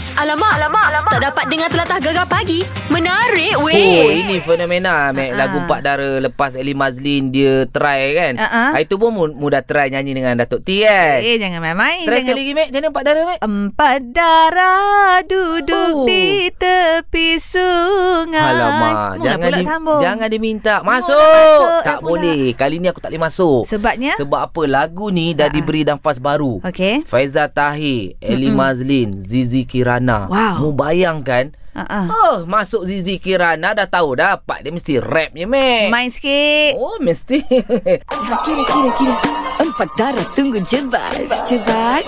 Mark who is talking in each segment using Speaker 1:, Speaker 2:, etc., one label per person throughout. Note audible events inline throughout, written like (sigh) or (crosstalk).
Speaker 1: Alamak, alamak, alamak. Tak dapat dengar telatah gegar pagi. Menarik
Speaker 2: Oh
Speaker 1: weh.
Speaker 2: ini fenomena Mac
Speaker 1: Ah.
Speaker 2: Lagu Pak Dara Lepas Eli Mazlin Dia try kan
Speaker 3: Ah, ah.
Speaker 2: Itu pun mu- mudah try Nyanyi dengan Datuk T kan
Speaker 3: Eh, jangan main-main.
Speaker 2: Try
Speaker 3: jangan...
Speaker 2: sekali lagi Mac Macam mana Pak Dara Mac
Speaker 3: Empat darah duduk
Speaker 1: Oh.
Speaker 3: oh. di tepi sungai.
Speaker 2: Alamak
Speaker 3: Mula
Speaker 2: jangan
Speaker 3: Ah, pula
Speaker 2: di,
Speaker 3: sambung.
Speaker 2: jangan diminta
Speaker 3: Mula
Speaker 2: masuk.
Speaker 3: masuk,
Speaker 2: tak
Speaker 3: dah pula.
Speaker 2: boleh. Kali ni aku tak boleh masuk.
Speaker 3: Sebabnya?
Speaker 2: Sebab apa? Lagu ni dah
Speaker 3: Ha-ha.
Speaker 2: diberi nafas baru.
Speaker 3: Okey.
Speaker 2: Faiza Tahir, Eli Mazlin, Zizi Kirana.
Speaker 3: Wow.
Speaker 2: Mu bayangkan
Speaker 3: Uh-uh.
Speaker 2: Oh, masuk Zizi Kirana dah tahu dah Pak dia mesti rap je, Mac.
Speaker 3: Main sikit.
Speaker 2: Oh, mesti. (laughs)
Speaker 4: Kira, kira, kira. Empat darah tunggu jebat. Jebat.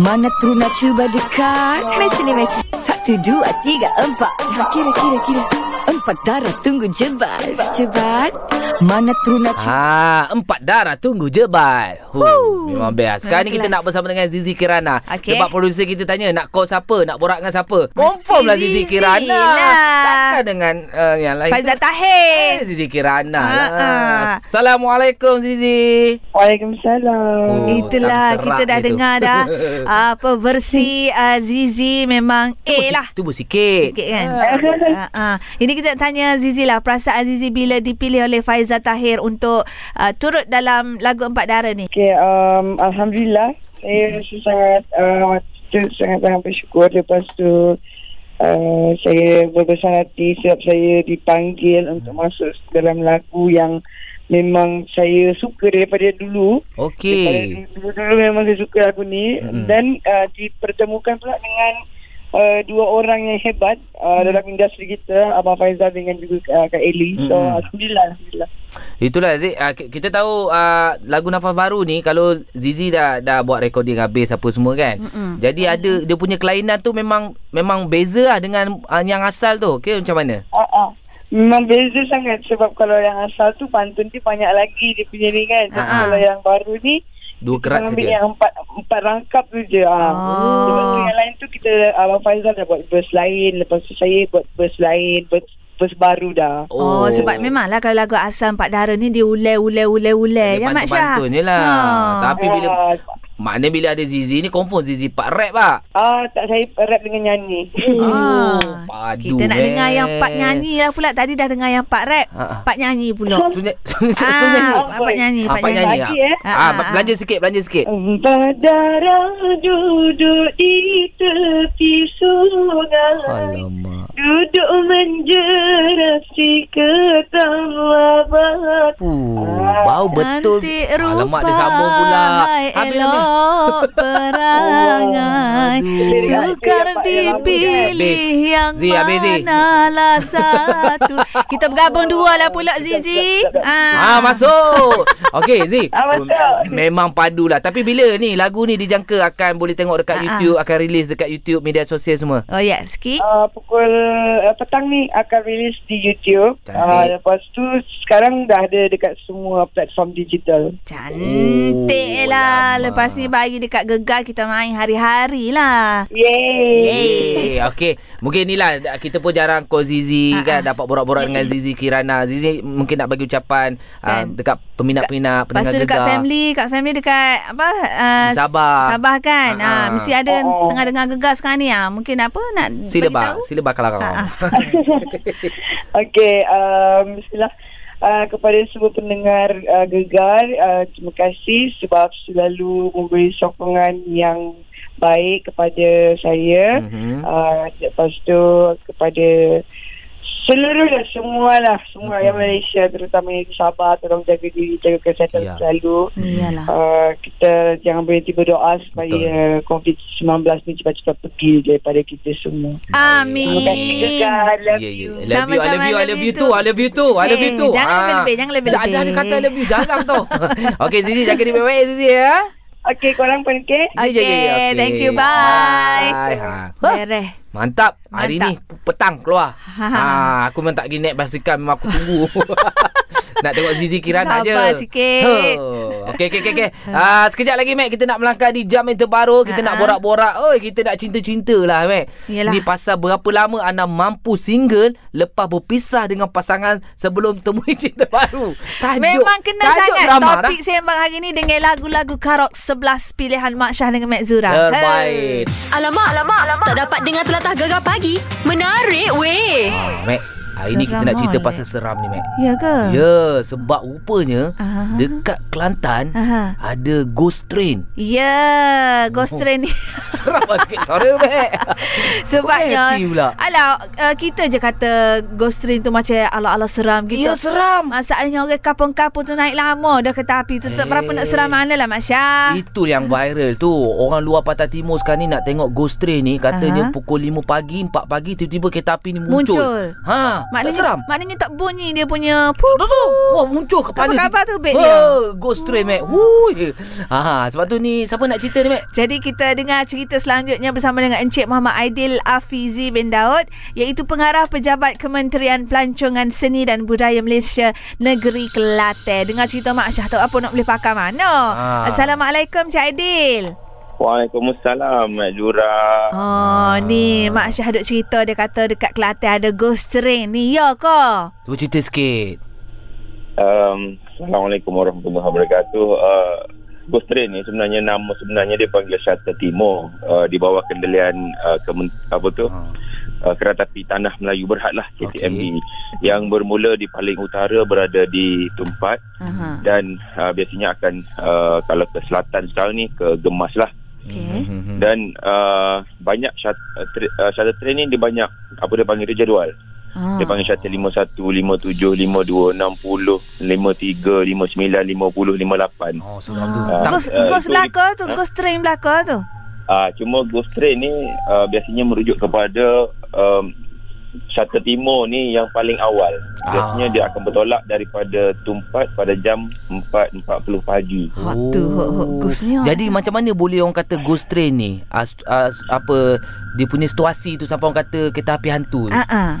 Speaker 4: Mana teruna cuba dekat. Mesej ni mesej. Satu, dua, tiga, empat. Kira, kira, kira. Empat darah tunggu jebat. Jebat. Mana teruna cuba.
Speaker 2: Ah, empat darah tunggu jebat. Huh, memang best. Sekarang ni
Speaker 3: Memang
Speaker 2: kita
Speaker 3: kelas.
Speaker 2: nak bersama dengan Zizi Kirana.
Speaker 3: Okey.
Speaker 2: Sebab producer kita tanya nak call siapa, nak borak dengan siapa. Confirm lah Zizi
Speaker 3: Zizi
Speaker 2: Kirana.
Speaker 3: lah.
Speaker 2: Takkan dengan uh, yang lain.
Speaker 3: Faizah
Speaker 2: tu. Eh,
Speaker 3: Tahir.
Speaker 2: Zizi Kirana
Speaker 3: Ah,
Speaker 2: lah.
Speaker 3: ah.
Speaker 2: Assalamualaikum Zizi.
Speaker 5: Waalaikumsalam.
Speaker 2: Oh,
Speaker 3: Itulah
Speaker 2: tak
Speaker 3: kita
Speaker 2: serak
Speaker 3: dah
Speaker 2: dia tu.
Speaker 3: dengar
Speaker 2: (laughs)
Speaker 3: dah apa versi uh, Zizi memang A lah.
Speaker 2: Tu pun sikit.
Speaker 3: Sikit kan
Speaker 2: Ah.
Speaker 3: uh, uh. Ini kita nak tanya Zizi lah Perasaan Zizi bila dipilih oleh Faiza Tahir Untuk uh, turut dalam lagu Empat Darah ni
Speaker 5: Okay, um, Alhamdulillah. Saya rasa sangat, uh, tu- sangat-sangat bersyukur. Lepas tu, uh, saya berbesar hati sebab saya dipanggil untuk masuk dalam lagu yang memang saya suka daripada dulu. Daripada
Speaker 2: Okey.
Speaker 5: dulu- Dulu-dulu memang saya suka lagu ni.
Speaker 2: Mm-mm.
Speaker 5: Dan uh, dipertemukan pula dengan Uh, dua orang yang hebat
Speaker 2: Mm.
Speaker 5: uh, dalam industri kita Abang Faizal dengan juga uh, Kak Eli so
Speaker 2: Mm-mm.
Speaker 5: Alhamdulillah Alhamdulillah
Speaker 2: Itulah Zik uh, Kita tahu uh, Lagu Nafas Baru ni Kalau Zizi dah Dah buat recording habis Apa semua kan Mm-mm. Jadi ada Dia punya kelainan tu Memang Memang beza lah Dengan uh, yang asal tu Okay macam mana
Speaker 5: Uh-uh. Memang beza sangat sebab kalau yang asal tu pantun dia banyak lagi dia punya ni kan. Tapi
Speaker 2: Ah.
Speaker 5: kalau yang baru ni
Speaker 2: Dua kerat
Speaker 5: kita ambil
Speaker 2: saja
Speaker 5: yang empat empat rangkap tu je. Ah.
Speaker 3: Oh.
Speaker 5: Lepas tu yang lain tu kita Abang Faizal dah buat verse lain, lepas tu saya buat verse lain, verse, verse baru dah.
Speaker 3: Oh, oh sebab memanglah kalau lagu asam Empat Darah ni dia ulai ulai ulai ulai
Speaker 2: Dia
Speaker 3: ya Mak Syah. Ha.
Speaker 2: pantun-pantun je lah Tapi bila
Speaker 5: Ah,
Speaker 2: Maknanya bila ada Zizi ni Confirm Zizi part rap lah
Speaker 5: ah tak saya rap dengan nyanyi. (laughs)
Speaker 3: Ah.
Speaker 2: padu,
Speaker 3: Kita nak
Speaker 2: eh.
Speaker 3: dengar yang part nyanyi lah pula Tadi dah dengar yang part rap
Speaker 2: Ah, ah.
Speaker 3: Part nyanyi pula
Speaker 2: So, (laughs) nyanyi so, nyanyi
Speaker 3: Ah, part nyanyi
Speaker 2: Ah,
Speaker 3: Part
Speaker 2: part
Speaker 3: nyanyi
Speaker 2: nyanyi
Speaker 5: Pagi, eh.
Speaker 2: ah. ah,
Speaker 3: Ah, ah, ah.
Speaker 2: Belanja sikit Belanja sikit
Speaker 5: Empat darah duduk di tepi sungai.
Speaker 2: Alamak
Speaker 5: Duduk menjerat si ketam labat
Speaker 2: Uh, bau betul.
Speaker 3: Cantik rupa
Speaker 2: Alamak dia sambung pula. Habis (laughs) Oh, habis.
Speaker 3: Elok perangai
Speaker 5: Aduh.
Speaker 3: Sukar
Speaker 5: Dia dapat
Speaker 3: dipilih
Speaker 2: yang lama.
Speaker 3: yang
Speaker 2: Habis. Zee, habis, Zee. (laughs)
Speaker 3: manalah satu Kita bergabung dua lah pula Zizi
Speaker 2: Ah, masuk. Okey,
Speaker 3: (laughs)
Speaker 2: Zee.
Speaker 5: Ah, masuk.
Speaker 2: Memang padu lah. Tapi bila ni lagu ni dijangka akan boleh tengok dekat
Speaker 3: Ah, ah.
Speaker 2: YouTube, akan release dekat YouTube, media sosial semua.
Speaker 3: Oh ya, sikit
Speaker 5: uh, Pukul uh, petang ni akan rilis di YouTube uh,
Speaker 2: Cantik.
Speaker 5: Lepas tu sekarang dah ada dekat semua platform digital
Speaker 3: Cantik
Speaker 2: Oh,
Speaker 3: lah
Speaker 2: lama.
Speaker 3: Lepas ni bagi dekat gegar Kita main hari-hari lah
Speaker 5: Yeay
Speaker 2: Yeay. Okey, mungkin inilah kita pun jarang call
Speaker 3: Ah,
Speaker 2: Zizi kan dapat borak-borak dengan Zizi Kirana. Zizi mungkin nak bagi ucapan ah,
Speaker 3: Kan.
Speaker 2: dekat
Speaker 3: Lepas
Speaker 2: peminat-peminat pendengar
Speaker 3: tu dekat
Speaker 2: gegar.
Speaker 3: family Kat family dekat Apa uh,
Speaker 2: Di Sabah.
Speaker 3: Sabah kan
Speaker 2: Ah,
Speaker 3: uh,
Speaker 2: ah.
Speaker 3: Mesti ada
Speaker 5: Oh, oh.
Speaker 3: Tengah dengar gegar sekarang ni uh. Mungkin apa Nak
Speaker 2: Sila
Speaker 3: bagi
Speaker 2: bak,
Speaker 3: tahu?
Speaker 2: sila bakal kau.
Speaker 3: Ah, ah.
Speaker 5: Okey, um, bismillah. Uh, kepada semua pendengar uh, Gegar, uh, terima kasih sebab selalu memberi sokongan yang baik kepada saya.
Speaker 2: Mhm.
Speaker 5: Mm-hmm. Uh, lepas tu kepada seluruhlah semualah semua mm-hmm. yang Malaysia terutama yang di Sabah tolong jaga diri jaga kesihatan
Speaker 2: Ya.
Speaker 5: yeah. selalu.
Speaker 3: Oh, Iyalah
Speaker 5: Uh, kita jangan berhenti berdoa supaya COVID-19 ni cepat-cepat pergi daripada kita semua. Terima kasih
Speaker 3: Amin.
Speaker 5: Gegar.
Speaker 2: Yeah,
Speaker 5: Love
Speaker 2: yeah.
Speaker 5: you.
Speaker 2: I love you, I
Speaker 3: Sama-sama,
Speaker 2: love you, I love you too, I love you too, I love you
Speaker 3: Eh,
Speaker 2: too. Ah.
Speaker 3: jangan lebih-lebih, jangan lebih-lebih.
Speaker 2: Tak ada ada kata I love you, jarang tau. (laughs) Okey, Zizi jaga diri baik-baik Zizi ya.
Speaker 5: Okay, korang pun okay?
Speaker 2: Okey,
Speaker 3: Okay, thank you, bye.
Speaker 2: ya, Bye. Ha.
Speaker 3: Bereh.
Speaker 2: Mantap. Hari
Speaker 3: Mantap. (laughs)
Speaker 2: Ha, ni petang keluar. Ha, aku memang tak pergi naik basikal memang aku tunggu. Nak tengok Zizi Kirana je.
Speaker 3: Sabar sikit.
Speaker 2: Oh. Okey, okey, okey. Okay. Ah, sekejap lagi, Mac. Kita nak melangkah di jam yang terbaru. Kita
Speaker 3: Ha-ha.
Speaker 2: nak borak-borak. Oi, kita nak cinta-cinta lah, Mac.
Speaker 3: Ha. Yelah.
Speaker 2: Ni pasal berapa lama anda mampu single lepas berpisah dengan pasangan sebelum temui (laughs) cinta baru. Tajuk.
Speaker 3: Memang kena
Speaker 2: tajuk
Speaker 3: sangat
Speaker 2: drama
Speaker 3: topik sembang hari ni dengan lagu-lagu karok 11 pilihan Mak Syah dengan Mak Zura.
Speaker 2: Dah. Terbaik.
Speaker 1: Alamak, alamak, alamak. Tak dapat dengar telatah gegar pagi. Menarik weh.
Speaker 2: Ah, Mac, hari ni kita
Speaker 3: Seram lah.
Speaker 2: nak cerita
Speaker 3: oleh.
Speaker 2: pasal seram ni, Mac.
Speaker 3: Ya ke?
Speaker 2: Ya, sebab rupanya
Speaker 3: Aha.
Speaker 2: dekat Kelantan
Speaker 3: Aha.
Speaker 2: ada ghost train. (laughs)
Speaker 3: Ya, ghost
Speaker 2: Oh.
Speaker 3: train (laughs) ni.
Speaker 2: Seram lah sikit suara, Mac.
Speaker 3: Sebabnya
Speaker 2: Kualiti pula.
Speaker 3: Alah uh, Kita je kata Ghost train tu macam Ala-ala seram gitu
Speaker 2: Ya, seram.
Speaker 3: Masalahnya orang kapung-kapung tu naik lama dah kereta api tu. Hey.
Speaker 2: Eh.
Speaker 3: Berapa nak seram mana lah Mak Syah.
Speaker 2: Itu yang viral tu Orang luar Pantai Timur sekarang ni Nak tengok ghost train ni Katanya
Speaker 3: Aha.
Speaker 2: pukul 5 pagi 4 pagi Tiba-tiba kereta api ni muncul
Speaker 3: Muncul.
Speaker 2: Ha Tak
Speaker 3: Maknanya,
Speaker 2: seram
Speaker 3: maknanya tak bunyi dia punya pu
Speaker 2: Tu, tu. Wah muncul kepala
Speaker 3: apa khabar tu, Bek,
Speaker 2: Oh,
Speaker 3: dia?
Speaker 2: Ghost train Mac Wuih. ha, Sebab tu ni Siapa nak cerita ni Mac
Speaker 3: Jadi kita dengar cerita selanjutnya bersama dengan Encik Muhammad Aidil Afizi bin Daud iaitu pengarah pejabat Kementerian Pelancongan Seni dan Budaya Malaysia Negeri Kelantan. Dengar cerita Mak Syah tak apa nak boleh pakai mana.
Speaker 2: Ah.
Speaker 3: Assalamualaikum Cik Aidil.
Speaker 6: Waalaikumsalam Mak Jura.
Speaker 3: Oh ni Mak Syah duk cerita dia kata dekat Kelantan ada ghost train ni ya ke?
Speaker 2: Cuba cerita sikit
Speaker 6: Um, Assalamualaikum warahmatullahi wabarakatuh. Uh, Ghost Train ni sebenarnya nama sebenarnya dia panggil Shuttle Timur uh, di bawah kendalian uh, kemen, apa tu
Speaker 2: ha.
Speaker 6: uh, kereta api tanah Melayu Berhad lah KTMB
Speaker 2: Okey.
Speaker 6: yang bermula di paling utara berada di Tumpat
Speaker 3: Aha.
Speaker 6: dan uh, biasanya akan uh, kalau ke selatan sekarang ni ke Gemas lah
Speaker 3: Okey.
Speaker 2: Mhm.
Speaker 6: dan uh, banyak shut- uh, tra- uh, shuttle train ni dia banyak apa dia panggil dia jadual
Speaker 3: Ah.
Speaker 6: Dia panggil shuttle 51, 57, 52, 60, 53, 59, 50, 58.
Speaker 2: Oh seram tu
Speaker 3: Ah.
Speaker 2: Tak
Speaker 3: Ghost,
Speaker 6: Ah,
Speaker 3: ghost
Speaker 6: itu-
Speaker 3: belaka tu,
Speaker 6: Ha?
Speaker 3: ghost train belaka tu.
Speaker 6: Ah, cuma ghost train ni ah, biasanya merujuk kepada um, shuttle timur ni yang paling awal. Biasanya
Speaker 2: Ah.
Speaker 6: dia akan bertolak daripada Tumpat pada jam 4.40 pagi.
Speaker 3: Hot tu, hot- hot ghostnya.
Speaker 2: Oh. Jadi macam mana boleh orang kata ghost train ni ah, st- ah, s- Apa Dia punya situasi tu Sampai orang kata kereta api hantu tu
Speaker 3: Ah ah.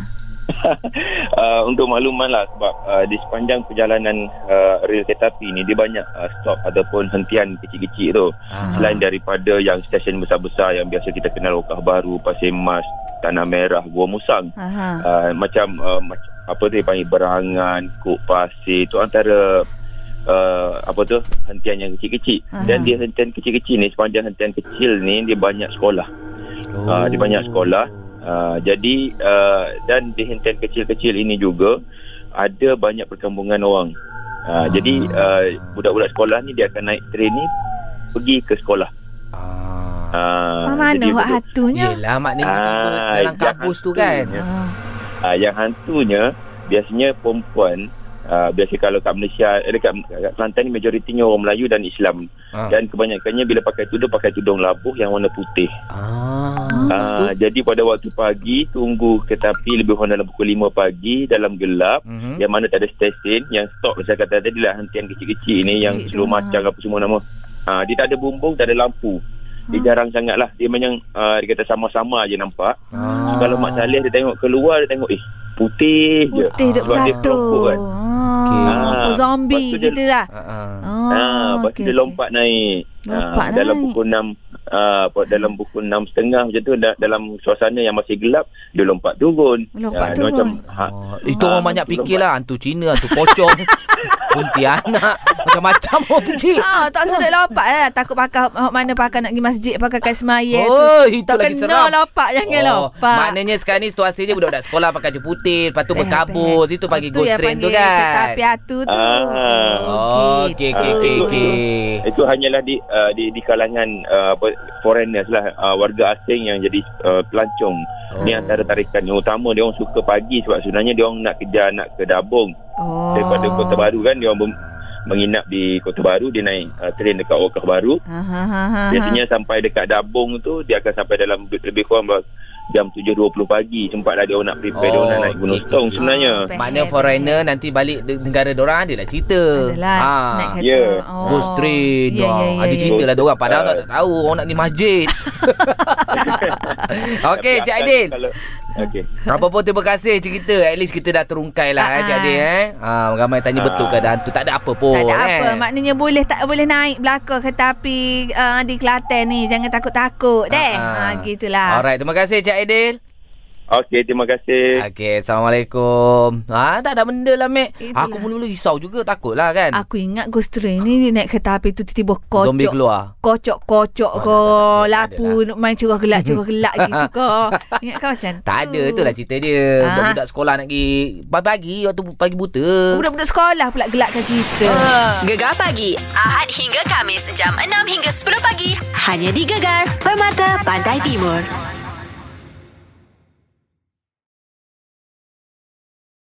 Speaker 6: (laughs) Ah, untuk makluman lah sebab ah, di sepanjang perjalanan ah, rel kereta api ni dia banyak ah, stop ataupun hentian kecil-kecil tu.
Speaker 2: Ah.
Speaker 6: Selain daripada yang stesen besar-besar yang biasa kita kenal Okah Baru, Pasir Mas, Tanah Merah, Gua Musang.
Speaker 3: Aha.
Speaker 6: Uh, macam uh, mac- apa tu dia panggil berangan, kuk pasir tu antara uh, apa tu hentian yang kecil-kecil.
Speaker 3: Aha.
Speaker 6: Dan dia hentian kecil-kecil ni sepanjang hentian kecil ni dia banyak sekolah. Ah, dia banyak sekolah. Uh, jadi uh, dan di hentian kecil-kecil ini juga ada banyak perkampungan orang. Uh, Jadi uh, budak-budak sekolah ni dia akan naik train ni pergi ke sekolah.
Speaker 2: Ah.
Speaker 6: Ah,
Speaker 3: Ah, mana
Speaker 6: jadi
Speaker 3: hak
Speaker 6: betul-
Speaker 3: hatunya?
Speaker 2: Yelah maknanya ah, tidur
Speaker 6: Ah,
Speaker 2: dalam
Speaker 6: jahat
Speaker 2: kabus tu
Speaker 6: tu.
Speaker 2: kan
Speaker 3: Ah.
Speaker 6: ah, yang hantunya biasanya perempuan ah, biasa kalau kat Malaysia eh, dekat, kat Kelantan ni majoritinya orang Melayu dan Islam
Speaker 2: ah.
Speaker 6: dan kebanyakannya bila pakai tudung pakai tudung labuh yang warna putih.
Speaker 2: ah. Lepas tu
Speaker 6: Ah, jadi pada waktu pagi tunggu kereta api lebih kurang dalam pukul 5 pagi dalam gelap
Speaker 2: Mhm.
Speaker 3: Hmm?
Speaker 6: yang mana tak ada stesen yang stop saya kata tadi lah hentian kecil-kecil ni yang
Speaker 3: Kecil tu,
Speaker 6: seluruh macam apa semua nama ha, dia tak ada bumbung tak ada lampu
Speaker 3: Hmm?
Speaker 6: dia jarang sangat lah dia memang uh, dia kata sama-sama je nampak
Speaker 2: Ah.
Speaker 6: kalau Mak Saleh dia tengok keluar dia tengok eh putih je Ha,
Speaker 3: Putih duk
Speaker 6: Sebab dia
Speaker 3: beratur.
Speaker 6: kelompok kan.
Speaker 3: Ah.
Speaker 6: Ah,
Speaker 3: Apa zombie
Speaker 6: lepas tu dia-
Speaker 3: gitu lah.
Speaker 2: Ah, ah.
Speaker 3: Oh,
Speaker 6: Ah, lepas tu
Speaker 3: okey,
Speaker 6: dia
Speaker 3: okey.
Speaker 6: lompat naik.
Speaker 3: Lompat
Speaker 6: Ah, Dalam
Speaker 3: naik.
Speaker 6: pukul 6 ah, apa, dalam pukul 6 setengah macam tu da- dalam suasana yang masih gelap dia lompat turun.
Speaker 3: Lompat
Speaker 6: Ah, dia
Speaker 3: turun.
Speaker 6: ha,
Speaker 2: Oh, itu
Speaker 6: Ah,
Speaker 2: orang banyak
Speaker 6: betul,
Speaker 2: fikir lah Hantu Cina, hantu pocong (laughs) Pontianak Macam-macam orang fikir
Speaker 3: Ah, tak sedap lompat lah. Takut pakai hok mana pakai nak pergi masjid pakai kain semaya tu.
Speaker 2: Oh, itu
Speaker 3: tak
Speaker 2: lagi
Speaker 3: kena
Speaker 2: seram. Oh,
Speaker 3: lompat, Ah, jangan lompat.
Speaker 2: Maknanya sekarang ni situasinya budak-budak sekolah pakai baju putih, lepas tu
Speaker 3: Behel,
Speaker 2: berkabus,
Speaker 3: behel.
Speaker 2: itu pagi
Speaker 3: Oh,
Speaker 2: ghost
Speaker 3: yang
Speaker 2: train tu
Speaker 3: panggil Kereta
Speaker 2: kan.
Speaker 3: api hatu tu.
Speaker 6: Ah.
Speaker 2: Oh, okey okey okey
Speaker 3: gitu.
Speaker 2: okey.
Speaker 6: Eh, Itu hanyalah di uh, di, di kalangan uh, apa, foreigners lah uh, warga asing yang jadi uh, pelancong.
Speaker 2: Oh.
Speaker 6: Ni antara tarikan yang utama dia orang suka pagi sebab sebenarnya dia orang nak kerja nak ke Dabung
Speaker 3: Oh.
Speaker 6: daripada Kota Baru kan dia orang mem- menginap di Kota Baru dia naik uh, train dekat Wakaf Baru
Speaker 3: Aha, aha, aha.
Speaker 6: Biasanya sampai dekat Dabung tu dia akan sampai dalam lebih kurang ber- jam 7.20 pagi sempatlah dia orang nak prepare oh, dia orang nak
Speaker 2: Oh,
Speaker 6: naik Gunung
Speaker 2: okey,
Speaker 6: Setong
Speaker 2: okey.
Speaker 6: sebenarnya.
Speaker 3: Behel,
Speaker 2: Maknanya
Speaker 3: behel.
Speaker 2: foreigner nanti balik de- negara dorang adalah cerita. Ah.
Speaker 3: Adalah naik kereta.
Speaker 6: Ya.
Speaker 3: Oh.
Speaker 2: Ghost train
Speaker 3: Ya, ya,
Speaker 2: yeah,
Speaker 3: ya,
Speaker 2: Ah, Ada
Speaker 3: ya,
Speaker 2: cerita
Speaker 6: ya. (laughs)
Speaker 2: lah diorang Padahal uh, tak tahu Orang nak pergi masjid (laughs) Okey,
Speaker 6: Tapi
Speaker 2: Cik
Speaker 6: akan
Speaker 2: Aidil.
Speaker 6: kalau- Okey.
Speaker 2: Apa pun terima kasih cerita. At least kita dah terungkai lah eh, Cik
Speaker 3: Ah.
Speaker 2: Aidil eh. Ah, ramai
Speaker 6: Ha.
Speaker 2: tanya betul ke ada hantu. Tak ada apa pun.
Speaker 3: tak ada
Speaker 2: eh.
Speaker 3: apa. Maknanya boleh tak boleh naik belakang kereta api uh, di Kelantan ni. Jangan takut-takut deh.
Speaker 2: Ah, ah.
Speaker 3: Ha, gitulah.
Speaker 2: Alright, terima kasih Cik Aidil.
Speaker 6: Okey, terima kasih.
Speaker 2: Okey, Assalamualaikum. Ah, tak ada benda lah, Mek.
Speaker 3: Itulah.
Speaker 2: Aku mula-mula risau juga, takut lah kan.
Speaker 3: Aku ingat ghost train ni dia naik kereta api tu tiba-tiba kocok.
Speaker 2: Zombie keluar.
Speaker 3: Kocok-kocok
Speaker 2: Oh,
Speaker 3: ko
Speaker 2: tak, tak, tak, tak, tak
Speaker 3: Lapu main cerah gelak
Speaker 2: (laughs)
Speaker 3: Cerah gelak gitu ko Ingat kau macam tu
Speaker 2: Tak ada, itulah cerita dia.
Speaker 3: Ah.
Speaker 2: Budak-budak sekolah nak pergi pagi-pagi, waktu pagi buta.
Speaker 3: Budak-budak sekolah pula gelakkan kita
Speaker 2: Ah.
Speaker 1: Gegar pagi Ahad hingga Kamis Jam 6 hingga 10 pagi Hanya di Gegar Permata Pantai Timur